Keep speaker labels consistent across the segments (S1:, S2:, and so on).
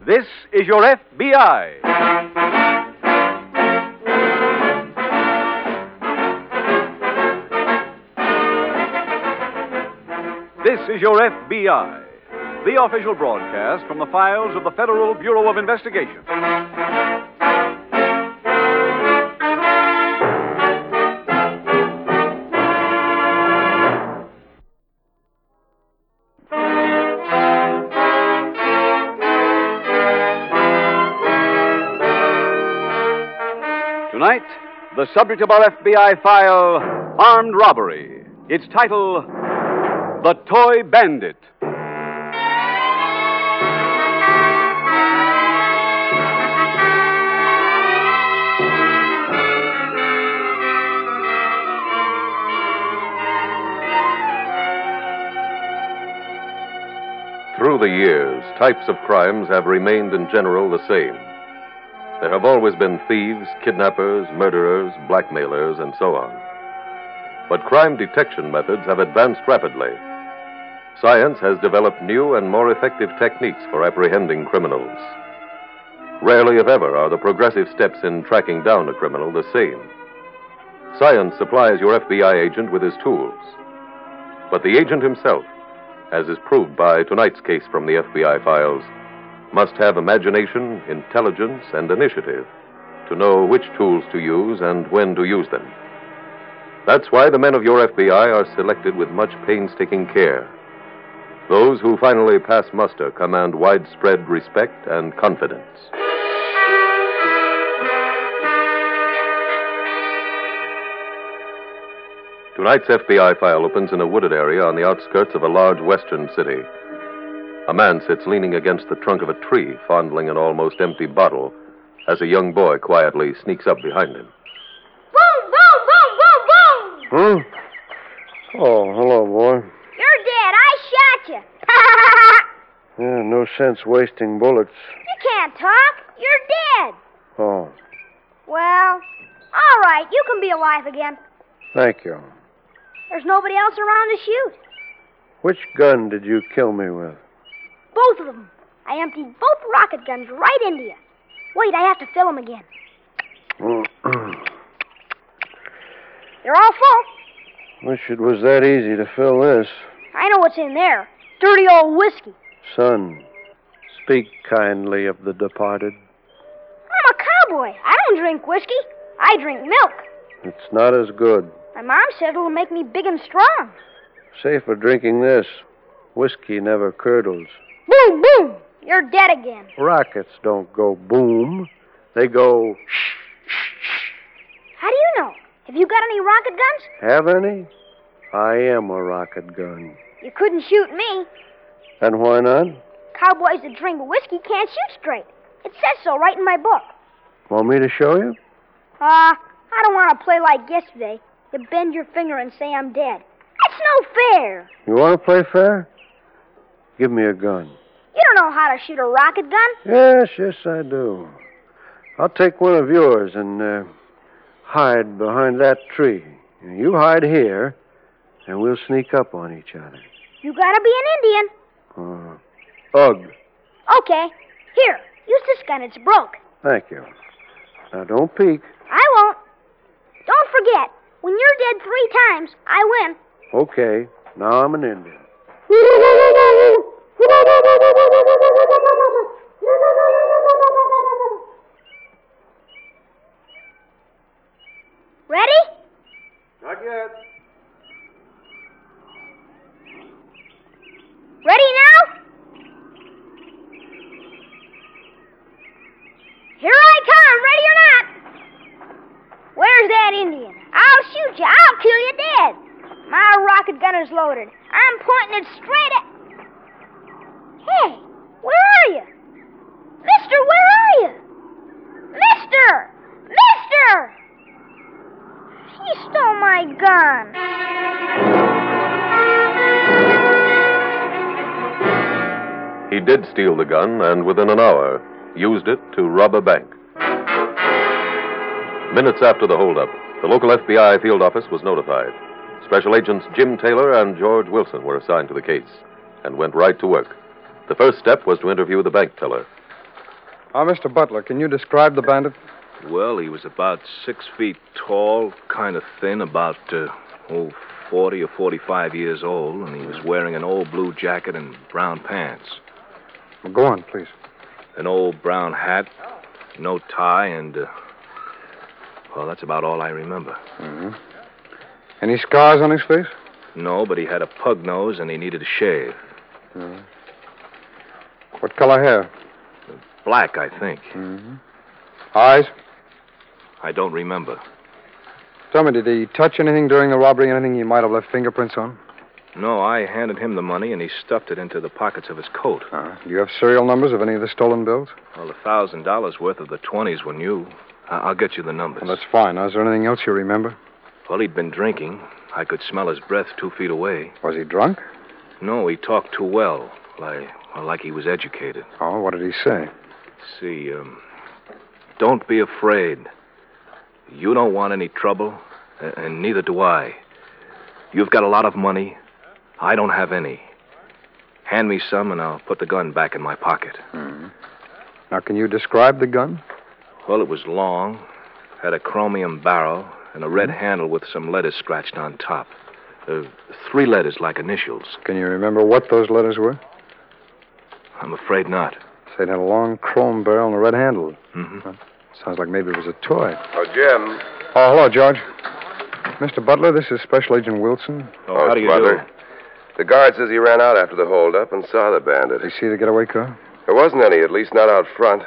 S1: This is your FBI. This is your FBI, the official broadcast from the files of the Federal Bureau of Investigation. Tonight, the subject of our FBI file Armed Robbery. Its title The Toy Bandit.
S2: Through the years, types of crimes have remained in general the same. There have always been thieves, kidnappers, murderers, blackmailers, and so on. But crime detection methods have advanced rapidly. Science has developed new and more effective techniques for apprehending criminals. Rarely, if ever, are the progressive steps in tracking down a criminal the same. Science supplies your FBI agent with his tools. But the agent himself, as is proved by tonight's case from the FBI files, must have imagination, intelligence, and initiative to know which tools to use and when to use them. That's why the men of your FBI are selected with much painstaking care. Those who finally pass muster command widespread respect and confidence. Tonight's FBI file opens in a wooded area on the outskirts of a large western city. A man sits leaning against the trunk of a tree, fondling an almost empty bottle, as a young boy quietly sneaks up behind him.
S3: Boom, boom, boom, boom, boom!
S4: Huh? Oh, hello, boy.
S3: You're dead. I shot you.
S4: Yeah, no sense wasting bullets.
S3: you can't talk. You're dead.
S4: Oh,
S3: Well, all right. You can be alive again.
S4: thank you.
S3: There's nobody else around to shoot.
S4: Which gun did you kill me with?
S3: Both of them. I emptied both rocket guns right into you. Wait, I have to fill them again. They're all full.
S4: Wish it was that easy to fill this.
S3: I know what's in there. Dirty old whiskey.
S4: Son, speak kindly of the departed.
S3: I'm a cowboy. I don't drink whiskey. I drink milk.
S4: It's not as good.
S3: My mom said it'll make me big and strong.
S4: Safe for drinking this. Whiskey never curdles.
S3: Boom, boom. You're dead again.
S4: Rockets don't go boom. They go,
S3: How do you know? Have you got any rocket guns?
S4: have any? I am a rocket gun.
S3: You couldn't shoot me.
S4: And why not?
S3: Cowboys that drink whiskey can't shoot straight. It says so right in my book.
S4: Want me to show you?
S3: Ah, I don't want to play like yesterday. You bend your finger and say I'm dead. That's no fair.
S4: You want to play fair? Give me a gun.
S3: You don't know how to shoot a rocket gun.
S4: Yes, yes, I do. I'll take one of yours and uh, hide behind that tree. You hide here, and we'll sneak up on each other.
S3: You gotta be an Indian.
S4: Uh, ugh.
S3: Okay, here, use this gun. It's broke.
S4: Thank you. Now, don't peek.
S3: I won't. Don't forget, when you're dead three times, I win.
S4: Okay, now I'm an Indian.
S3: Ready?
S4: Not yet.
S3: Ready now? Here I come, ready or not. Where's that Indian? I'll shoot you. I'll kill you dead. My rocket gun is loaded. I'm pointing it straight at. Hey, where are you? Mister, where are you? Mister! Mister! He stole my gun.
S2: He did steal the gun and within an hour used it to rob a bank. Minutes after the holdup, the local FBI field office was notified. Special agents Jim Taylor and George Wilson were assigned to the case and went right to work. The first step was to interview the bank teller.
S5: Now, Mr. Ah, Butler, can you describe the bandit?
S6: Well, he was about six feet tall, kind of thin, about uh, oh, 40 or 45 years old, and he was wearing an old blue jacket and brown pants,
S5: Well, go on, please.
S6: an old brown hat, no tie, and. Uh, well, that's about all I remember.
S5: Mm-hmm. Any scars on his face?
S6: No, but he had a pug nose and he needed a shave.
S5: Mm-hmm. What color hair?
S6: Black, I think.
S5: Mm-hmm. Eyes?
S6: I don't remember.
S5: Tell me, did he touch anything during the robbery? Anything he might have left fingerprints on?
S6: No, I handed him the money and he stuffed it into the pockets of his coat.
S5: Uh, do you have serial numbers of any of the stolen bills?
S6: Well, a thousand dollars worth of the twenties were new. I- I'll get you the numbers.
S5: Well, that's fine. Now, is there anything else you remember?
S6: Well, he'd been drinking. I could smell his breath two feet away.
S5: Was he drunk?
S6: No, he talked too well, like well, like he was educated.
S5: Oh, what did he say?
S6: See, um, don't be afraid. You don't want any trouble, a- and neither do I. You've got a lot of money. I don't have any. Hand me some, and I'll put the gun back in my pocket.
S5: Now, can you describe the gun?
S6: Well, it was long, had a chromium barrel, and a
S5: Hmm?
S6: red handle with some letters scratched on top. Uh, three letters like initials.
S5: Can you remember what those letters were?
S6: I'm afraid not.
S5: Say, it had a long chrome barrel and a red handle.
S6: hmm
S5: Sounds like maybe it was a toy.
S2: Oh, Jim.
S5: Oh, hello, George. Mr. Butler, this is Special Agent Wilson.
S6: Oh, how do you
S2: Butler. The guard says he ran out after the holdup and saw the bandit.
S5: Did he see the getaway car?
S2: There wasn't any, at least not out front.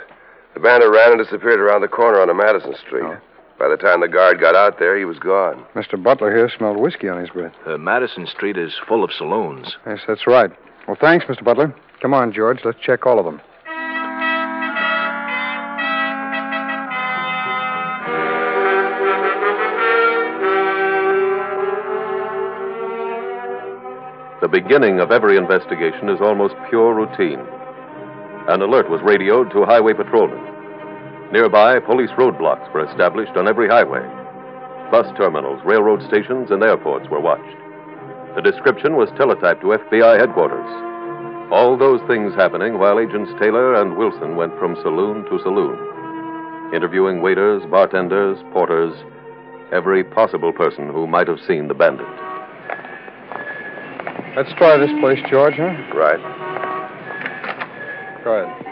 S2: The bandit ran and disappeared around the corner onto Madison Street.
S5: Oh.
S2: By the time the guard got out there, he was gone.
S5: Mr. Butler here smelled whiskey on his breath.
S6: do? Uh, Madison Street is full of saloons.
S5: Yes, that's right. Well, thanks, Mr. Butler. Come on, George. Let's check all of them.
S2: The beginning of every investigation is almost pure routine. An alert was radioed to highway patrolmen. Nearby, police roadblocks were established on every highway. Bus terminals, railroad stations, and airports were watched. The description was teletyped to FBI headquarters. All those things happening while agents Taylor and Wilson went from saloon to saloon, interviewing waiters, bartenders, porters, every possible person who might have seen the bandit.
S5: Let's try this place, George, huh?
S2: Right.
S5: Go ahead.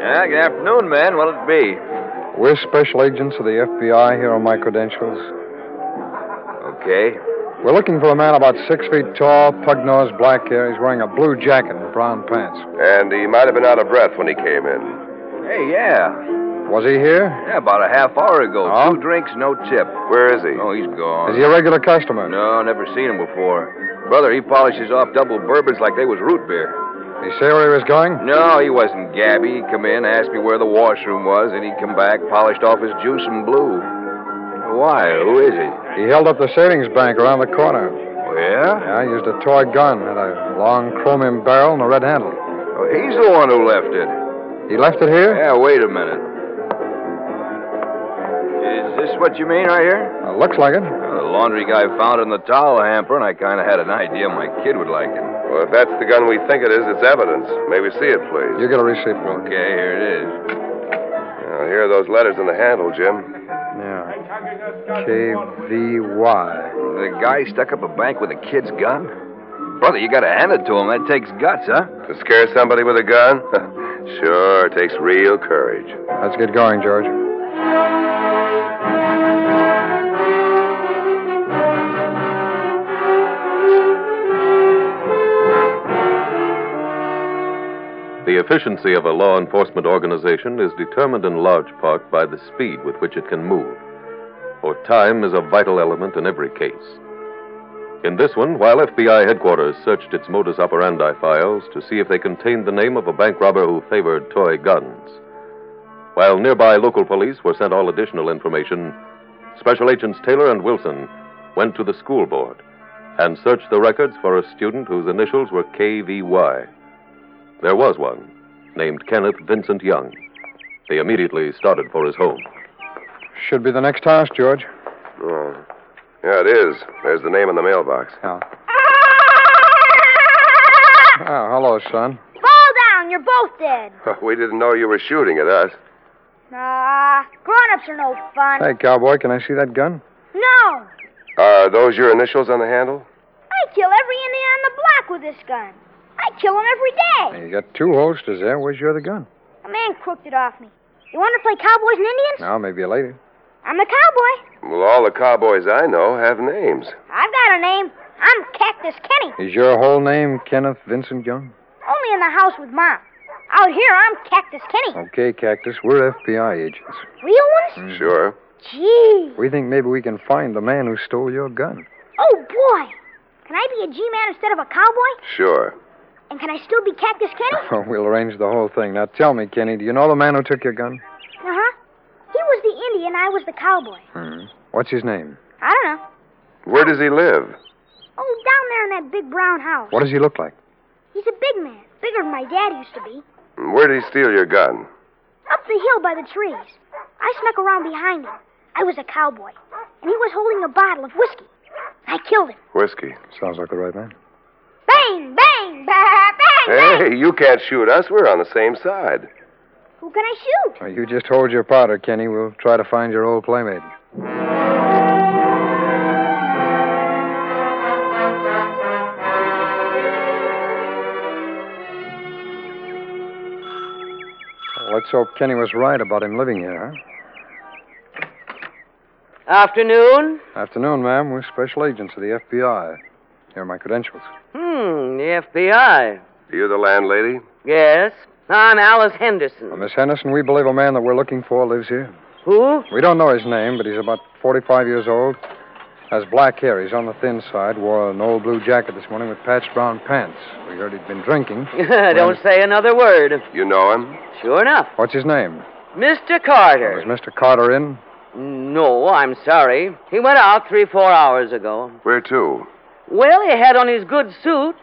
S7: Yeah, good afternoon, man. What'll it be?
S5: We're special agents of the FBI. Here are my credentials.
S7: Okay.
S5: We're looking for a man about six feet tall, pug nosed, black hair. He's wearing a blue jacket and brown pants.
S2: And he might have been out of breath when he came in.
S7: Hey, yeah.
S5: Was he here?
S7: Yeah, about a half hour ago.
S5: Oh?
S7: Two drinks, no tip.
S2: Where is he?
S7: Oh, he's
S5: Is
S7: gone.
S5: he a regular customer?
S7: No, never seen him before. Brother, he polishes off double bourbons like they was root beer.
S5: Did he say where he was going?
S7: No, he wasn't Gabby. He'd come in, ask me where the washroom was, and he'd come back, polished off his juice and blue. Why? Who is he?
S5: He held up the savings bank around the corner.
S7: Oh, yeah?
S5: Yeah, he used a toy gun, had a long chromium barrel and a red handle.
S7: Oh, he's the one who left it.
S5: He left it here?
S7: Yeah, wait a minute. Is this what you mean right here?
S5: Uh, looks like it.
S7: The laundry guy found it in the towel hamper, and I kind of had an idea my kid would like it.
S2: Well, if that's the gun we think it is, it's evidence. May we see it, please?
S5: You get a receipt for it.
S7: Okay, here it is.
S2: Now, here are those letters in the handle, Jim.
S5: Yeah. K-V-Y.
S7: The guy stuck up a bank with a kid's gun? Brother, you gotta hand it to him. That takes guts, huh?
S2: To scare somebody with a gun? sure, it takes real courage.
S5: Let's get going, George.
S2: The efficiency of a law enforcement organization is determined in large part by the speed with which it can move, for time is a vital element in every case. In this one, while FBI headquarters searched its modus operandi files to see if they contained the name of a bank robber who favored toy guns, while nearby local police were sent all additional information, Special Agents Taylor and Wilson went to the school board and searched the records for a student whose initials were KVY. There was one, named Kenneth Vincent Young. They immediately started for his home.
S5: Should be the next house, George.
S7: Oh.
S2: Yeah, it is. There's the name in the mailbox.
S5: Yeah.
S2: Ah,
S5: yours, son.
S3: Fall down, you're both dead.
S7: We didn't know you were shooting at us.
S3: Nah, Ah, grown-ups are no fun.
S5: Hey, cowboy, can I see that gun?
S3: No,
S7: Are those your initials on the handle?
S3: I kill every Indian on the block with this gun. I kill 'em every day.
S5: Hey, you got two holsters there. Where's your other gun?
S3: A man crooked it off me. You want to play cowboys and Indians?
S5: Now, maybe later.
S3: I'm the cowboy.
S7: Well, all the cowboys I know have names.
S3: I've got a name. I'm Cactus Kenny.
S5: Is your whole name Kenneth Vincent Young?
S3: Only in the house with Mom. Out here, I'm Cactus Kenny.
S5: Okay, Cactus, we're FBI agents.
S3: Real ones?
S7: Mm. Sure.
S3: Gee.
S5: We think maybe we can find the man who stole your gun.
S3: Oh, boy. Can I be a G-man instead of a cowboy?
S7: Sure.
S3: And can I still be Cactus Kenny?
S5: we'll arrange the whole thing. Now, tell me, Kenny, do you know the man who took your gun?
S3: Uh-huh. He was the Indian, I was the cowboy.
S5: Hmm. What's his name?
S3: I don't know.
S7: Where does he live?
S3: Oh, down there in that big brown house.
S5: What does he look like?
S3: He's a big man. Bigger than my dad used to be.
S7: Where did he steal your gun?
S3: Up the hill by the trees. I snuck around behind him. I was a cowboy, and he was holding a bottle of whiskey. I killed him.
S7: Whiskey.
S5: Sounds like the right man.
S3: Bang, bang, ba- bang, bang.
S7: Hey, you can't shoot us. We're on the same side.
S3: Who can I shoot?
S5: Well, you just hold your powder, Kenny. We'll try to find your old playmate. Well, Let's hope Kenny was right about him living here.
S8: Afternoon?
S5: Huh? Afternoon, ma'am. We're special agents of the FBI. Here are my credentials.
S8: Hmm, the FBI.
S7: You the landlady?
S8: Yes. I'm Alice
S5: Well,
S8: Henderson.
S5: Miss Henderson, we believe a man that we're looking for lives here.
S8: Who?
S5: We don't know his name, but he's about 45 years old. Has black hair. He's on the thin side. Wore an old blue jacket this morning with patched brown pants. We heard he'd been drinking.
S8: Don't say another word.
S7: You know him?
S8: Sure enough.
S5: What's his name?
S8: Mr.
S5: Was
S8: Carter.
S5: Mr. Carter in?
S8: No, I'm sorry. He went out three, four hours ago.
S7: Where to?
S8: Well, he had on his good suit.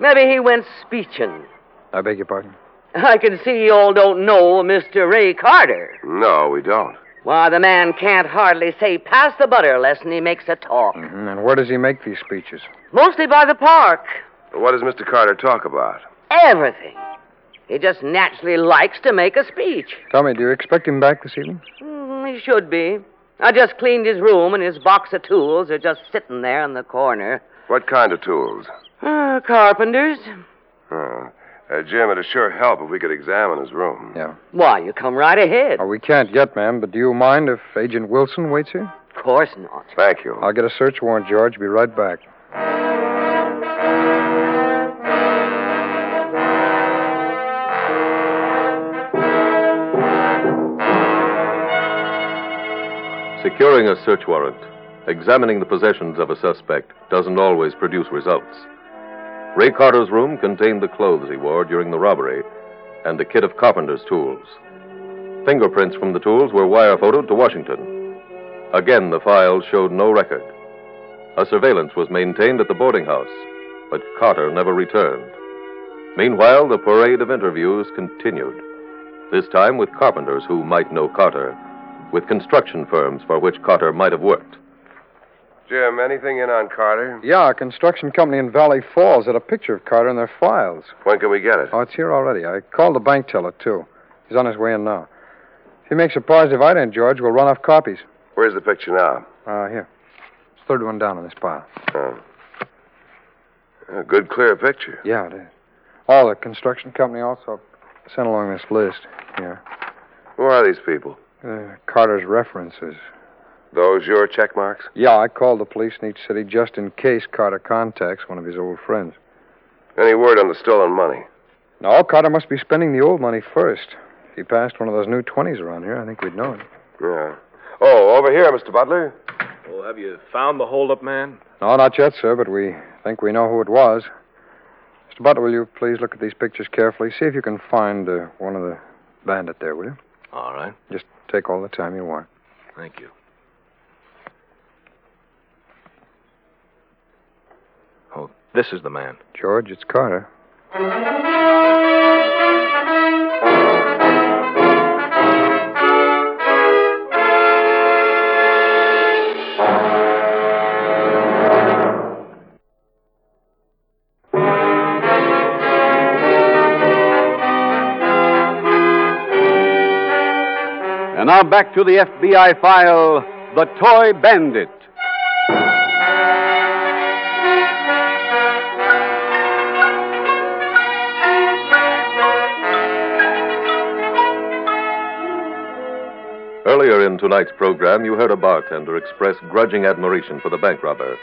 S8: Maybe he went speechin'.
S5: I beg your pardon.
S8: I can see you all don't know Mr. Ray Carter.
S7: No, we don't.
S8: Why, the man can't hardly say pass the butter less'n he makes a talk.
S7: Mm.
S5: hmm And where does he make these speeches?
S8: Mostly by the park.
S7: What does Mr. Carter talk about?
S8: Everything. He just naturally likes to make a speech.
S5: Tell me, do you expect him back this evening?
S8: Mm, he should be. I just cleaned his room, and his box of tools are just sitting there in the corner.
S7: What kind of tools?
S8: Uh, carpenters.
S7: Huh. Uh, Jim, it'd sure help if we could examine his room.
S5: Yeah.
S8: Why, you come right ahead.
S5: Oh, we can't yet, ma'am, but do you mind if Agent Wilson waits here?
S8: Of course not.
S7: Thank you.
S5: I'll get a search warrant, George. Be right back.
S2: Securing a search warrant, examining the possessions of a suspect, doesn't always produce results. Ray Carter's room contained the clothes he wore during the robbery and a kit of carpenter's tools. Fingerprints from the tools were wire photoed to Washington. Again, the files showed no record. A surveillance was maintained at the boarding house, but Carter never returned. Meanwhile, the parade of interviews continued, this time with carpenters who might know Carter with construction firms for which Carter might have worked.
S7: Jim, anything in on Carter?
S5: Yeah, a construction company in Valley Falls had a picture of Carter in their files.
S7: When can we get it?
S5: Oh, it's here already. I called the bank teller, too. He's on his way in now. If he makes a positive ident, George, we'll run off copies.
S7: Where's the picture now?
S5: Uh, here. It's the third one down in this pile.
S7: Huh. A good, clear picture.
S5: Yeah, it is. Oh, the construction company also sent along this list. Here.
S7: Who are these people?
S5: Uh, Carter's references.
S7: Those your check marks?
S5: Yeah, I called the police in each city just in case Carter contacts one of his old friends.
S7: Any word on the stolen money?
S5: No, Carter must be spending the old money first. If he passed one of those new 20s around here, I think we'd know it.
S7: Yeah. Oh, over here, Mr. Butler.
S6: Oh, have you found the holdup man?
S5: No, not yet, sir, but we think we know who it was. Mr. Butler, will you please look at these pictures carefully? See if you can find uh, one of the bandit there, will you?
S6: All right.
S5: Just take all the time you want.
S6: Thank you. Oh, this is the man.
S5: George, it's Carter.
S1: now back to the FBI file The Toy Bandit.
S2: Earlier in tonight's program, you heard a bartender express grudging admiration for the bank robber,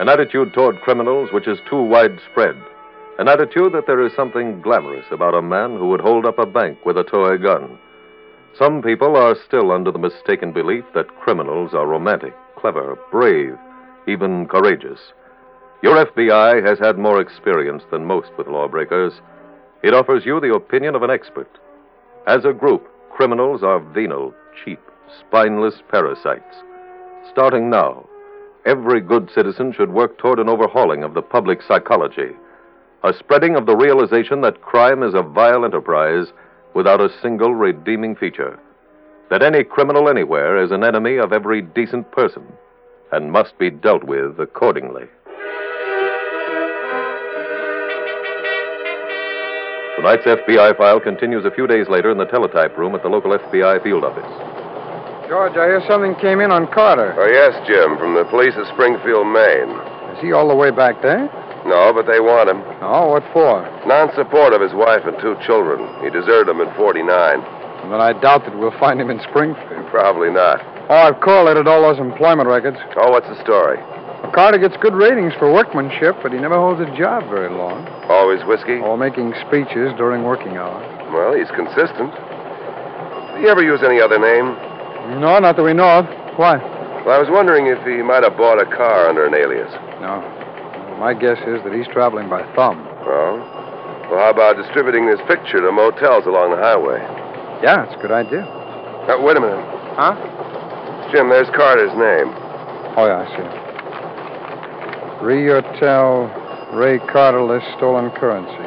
S2: an attitude toward criminals which is too widespread, an attitude that there is something glamorous about a man who would hold up a bank with a toy gun. Some people are still under the mistaken belief that criminals are romantic, clever, brave, even courageous. Your FBI has had more experience than most with lawbreakers. It offers you the opinion of an expert. As a group, criminals are venal, cheap, spineless parasites. Starting now, every good citizen should work toward an overhauling of the public psychology, a spreading of the realization that crime is a vile enterprise without a single redeeming feature, that any criminal anywhere is an enemy of every decent person and must be dealt with accordingly. Tonight's FBI file continues a few days later in the teletype room at the local FBI field office.
S5: George, I hear something came in on Carter.
S7: Oh, yes, Jim, from the police of Springfield, Maine.
S5: Is he all the way back there?
S7: No, but they want him.
S5: No, what for?
S7: Non support of his wife and two children. He deserted them in 49.
S5: Then I doubt that we'll find him in Springfield.
S7: Probably not.
S5: Oh, I've collated all those employment records.
S7: Oh, what's the story?
S5: Carter gets good ratings for workmanship, but he never holds a job very long. Oh.
S7: Always whiskey?
S5: Or making speeches during working hours.
S7: Well, he's consistent. Did he ever use any other name?
S5: No, not that we know of. Why?
S7: Well, I was wondering if he might have bought a car under an alias.
S5: No. My guess is that he's traveling by thumb.
S7: Oh? Well, how about distributing this picture to motels along the highway?
S5: Yeah, it's a good idea.
S7: Uh, wait a minute.
S5: Huh?
S7: Jim, there's Carter's name.
S5: Oh, yeah, I see it. Riotel Ray Carter list stolen currency.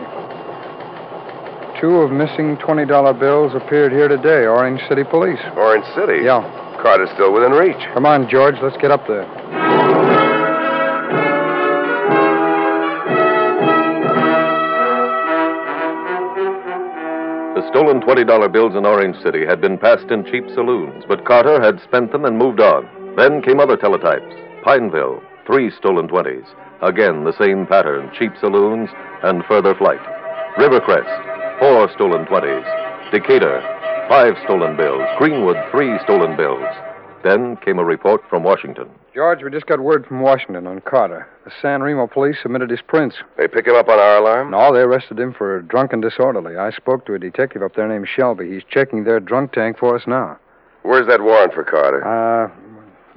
S5: Two of missing $20 bills appeared here today, Orange City Police.
S7: Orange City.
S5: Yeah.
S7: Carter's still within reach.
S5: Come on, George, let's get up there.
S2: The stolen $20 bills in Orange City had been passed in cheap saloons, but Carter had spent them and moved on. Then came other teletypes Pineville, three stolen 20s. Again, the same pattern cheap saloons and further flight. Rivercrest, four stolen 20s. Decatur, five stolen bills. Greenwood, three stolen bills. Then came a report from Washington.
S5: George, we just got word from Washington on Carter. The San Remo police submitted his prints.
S7: They pick him up on our alarm?
S5: No, they arrested him for drunk and disorderly. I spoke to a detective up there named Shelby. He's checking their drunk tank for us now.
S7: Where's that warrant for Carter?
S5: Uh,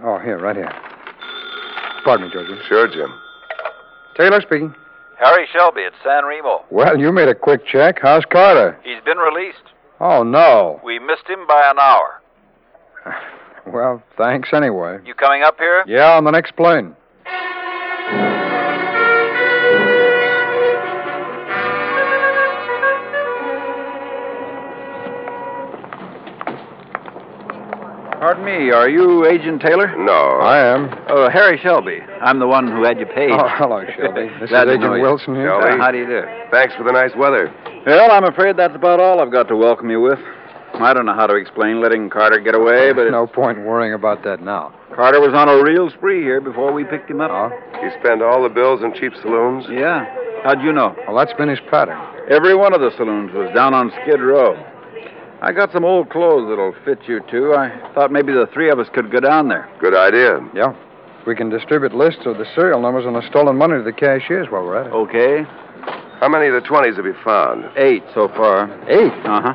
S5: oh, here, right here. Pardon me, George.
S7: Sure, Jim.
S5: Taylor speaking.
S9: Harry Shelby at San Remo.
S5: Well, you made a quick check. How's
S7: uh,
S5: Carter?
S9: He's been released.
S5: Oh, no.
S9: We missed him by an hour.
S5: Well, thanks anyway.
S9: You coming up here?
S5: Yeah, on the next plane.
S9: Pardon me, are you Agent Taylor?
S7: No.
S5: I am.
S9: Oh, Harry Shelby. I'm the one who had you paid.
S5: Oh, hello, Shelby. This
S9: Glad to
S5: is
S9: know
S5: Agent
S9: you.
S5: Wilson here.
S7: Shelby.
S9: Uh, how do you do?
S7: Thanks for the nice weather.
S9: Well, I'm afraid that's about all I've got to welcome you with. I don't know how to explain letting Carter get away, but
S5: No point worrying about that now.
S9: Carter was on a real spree here before we picked him up.
S5: Oh,
S7: You spend all the bills in cheap saloons?
S9: Yeah. How'd you know?
S5: well, that's been his pattern.
S9: Every one of the saloons was down on Skid Row. I got some old clothes that'll fit you two. I thought maybe the three of us could go down there.
S7: Good idea.
S5: Yeah. We can distribute lists of the serial numbers on the stolen money to the cashiers while we're at it.
S9: Okay.
S7: How many of the 20s have you found?
S9: Eight so far. Eight? Uh huh.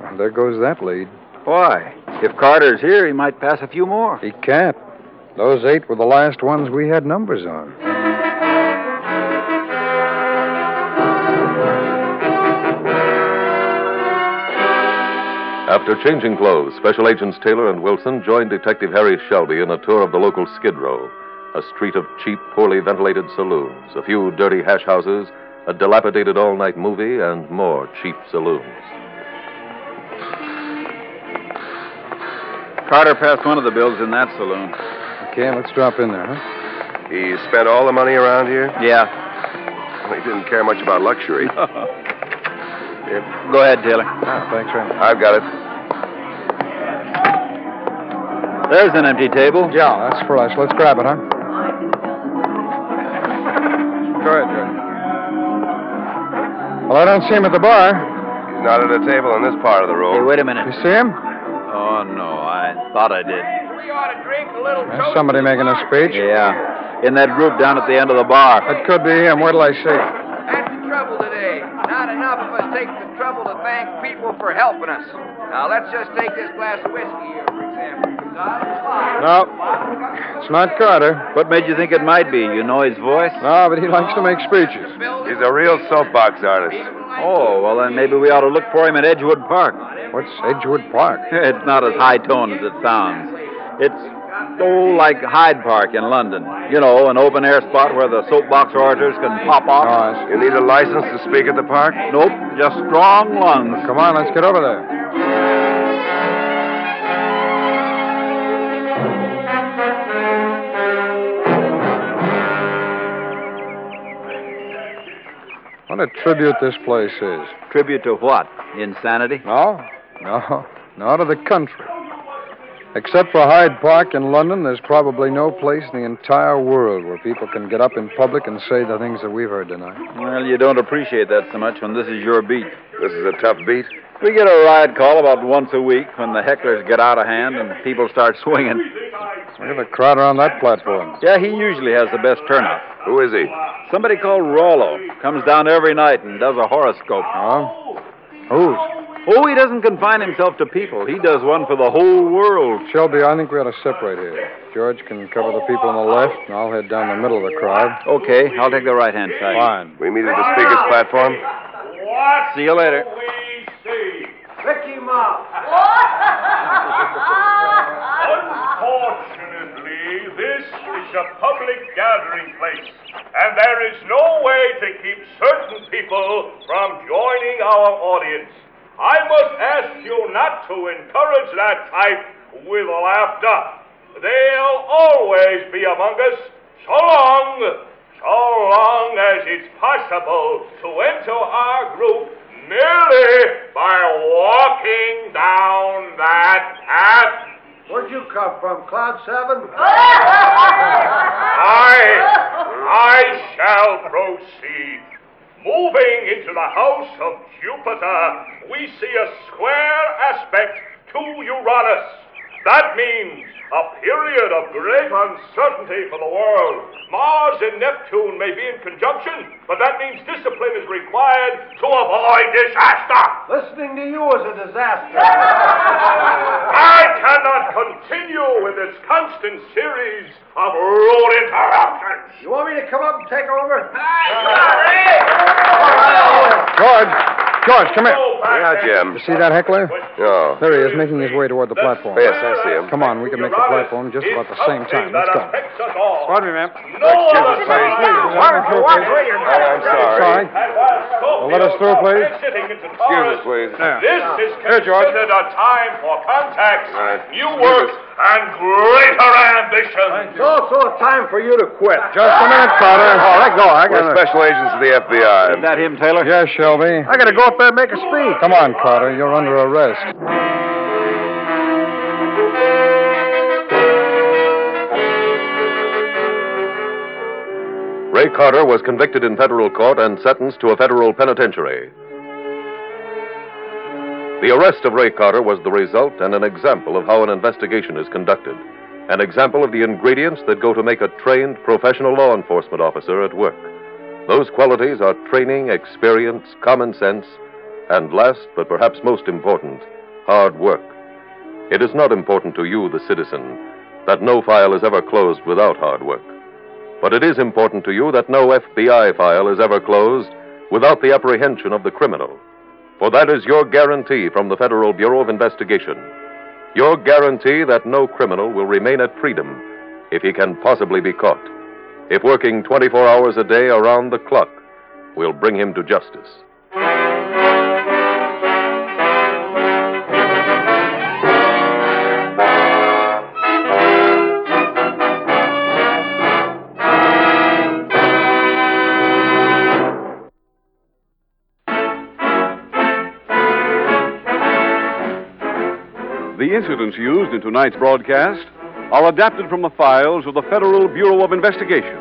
S5: Well, there goes that lead.
S9: Why? If Carter's here, he might pass a few more.
S5: He can't. Those eight were the last ones we had numbers on.
S2: After changing clothes, Special Agents Taylor and Wilson joined Detective Harry Shelby in a tour of the local Skid Row, a street of cheap, poorly ventilated saloons, a few dirty hash houses, a dilapidated all night movie, and more cheap saloons.
S9: Carter passed one of the bills in that saloon.
S5: Okay, let's drop in there, huh?
S7: He spent all the money around here?
S9: Yeah.
S7: He didn't care much about luxury.
S9: Go ahead, Taylor.
S5: Ah, thanks, Randy.
S7: I've got it.
S9: There's an empty table.
S5: Yeah, that's for us. Let's grab it, huh?
S9: Go ahead, Johnny.
S5: Well, I don't see him at the bar.
S7: He's not at a table in this part of the road.
S9: wait
S5: You
S9: a minute.
S5: see him?
S9: Oh, no, I thought I did.
S5: There's somebody making a speech.
S9: Yeah. In that group down at the end of the bar.
S5: It could be him. What'll I see?
S10: That's the trouble today. Not enough of us take the trouble to thank people for helping us. Now, let's just take this glass of whiskey here, for example.
S5: No, it's not Carter.
S9: What made you think it might be? You know his voice?
S5: No, Ah, but he likes to make speeches.
S7: He's a real soapbox artist.
S9: Oh, well, then maybe we ought to look for him at Edgewood Park.
S5: What's Edgewood Park?
S9: It's not as high toned as it sounds. It's oh, like Hyde Park in London. You know, an open air spot where the soapbox orators can pop
S5: Oh,
S9: off.
S5: I
S7: You need a license to speak at the park?
S9: Nope, just strong lungs.
S5: see. Come on, let's get over there. What a tribute this place is.
S9: Tribute to what? Insanity?
S5: No, no, not of the country. Except for Hyde Park in London, there's probably no place in the entire world where people can get up in public and say the things that we've heard tonight.
S9: Well, you don't appreciate that so much when this is your beat.
S7: This is a tough beat.
S9: We get a riot call about once a week when the hecklers get out of hand and people start swinging.
S5: Look at the crowd around that platform.
S9: Yeah, he usually has the best turnout.
S7: Who is he?
S9: Somebody called Rollo comes down every night and does a horoscope.
S5: Oh? Who's?
S9: Oh, he doesn't confine himself to people. He does one for the whole world.
S5: Shelby, I think we ought to separate here. George can cover the people on the left, and I'll head down the middle of the crowd.
S9: Okay, I'll take the right hand side.
S5: Fine.
S7: We meet at the speaker's platform.
S9: See you later.
S10: Ricky Mouse.
S11: Unfortunately, this is a public gathering place, and there is no way to keep certain people from joining our audience. I must ask you not to encourage that type with laughter. They'll always be among us, so long, so long as it's possible to enter our group merely by walking down that path.
S4: Where'd you come from, Cloud Seven?
S11: I, I shall proceed. Moving into the house of Jupiter, we see a square aspect to Uranus. That means a period of great uncertainty for the world. Mars and Neptune may be in conjunction, but that means discipline is required to avoid disaster.
S4: Listening to you is a disaster.
S11: I cannot continue with this constant series of rude interruptions.
S4: You want me to come up and take over?
S5: George! George, come here.
S11: Go back
S7: Yeah,
S11: there.
S7: Jim.
S5: You see that heckler?
S7: No.
S5: There he is, making his way toward the platform.
S7: Yes, I see him.
S5: Come on, we can make the platform just about the same time. Let's go.
S11: Pardon me, ma'am. No
S7: Excuse
S11: other
S7: me, please.
S11: time.
S7: I, am sorry.
S5: Sorry. let us through, please.
S11: Excuse
S7: Excuse us, please.
S11: This is
S5: George.
S11: considered a time for contacts,
S7: Right.
S11: new
S7: Excuse
S11: work,
S7: us.
S11: and greater ambition.
S4: It's also a time for you to quit.
S5: Just a minute, Carter. All right, go. I
S7: We're
S5: got
S7: special agents of the FBI.
S9: Is that him, Taylor?
S5: Yes, Shelby.
S4: I gotta go up there and make a speech.
S5: Come on, Carter. You're under arrest.
S2: Ray Carter was convicted in federal court and sentenced to a federal penitentiary. The arrest of Ray Carter was the result and an example of how an investigation is conducted, an example of the ingredients that go to make a trained professional law enforcement officer at work. Those qualities are training, experience, common sense, and last but perhaps most important, hard work. It is not important to you, the citizen, that no file is ever closed without hard work. But it is important to you that no FBI file is ever closed without the apprehension of the criminal. For that is your guarantee from the Federal Bureau of Investigation. Your guarantee that no criminal will remain at freedom if he can possibly be caught. If working 24 hours a day around the clock will bring him to justice.
S1: The incidents used in tonight's broadcast are adapted from the files of the Federal Bureau of Investigation.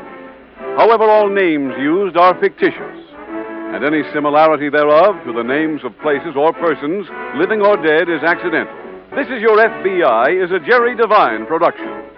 S1: However, all names used are fictitious, and any similarity thereof to the names of places or persons, living or dead, is accidental. This is Your FBI is a Jerry Devine production.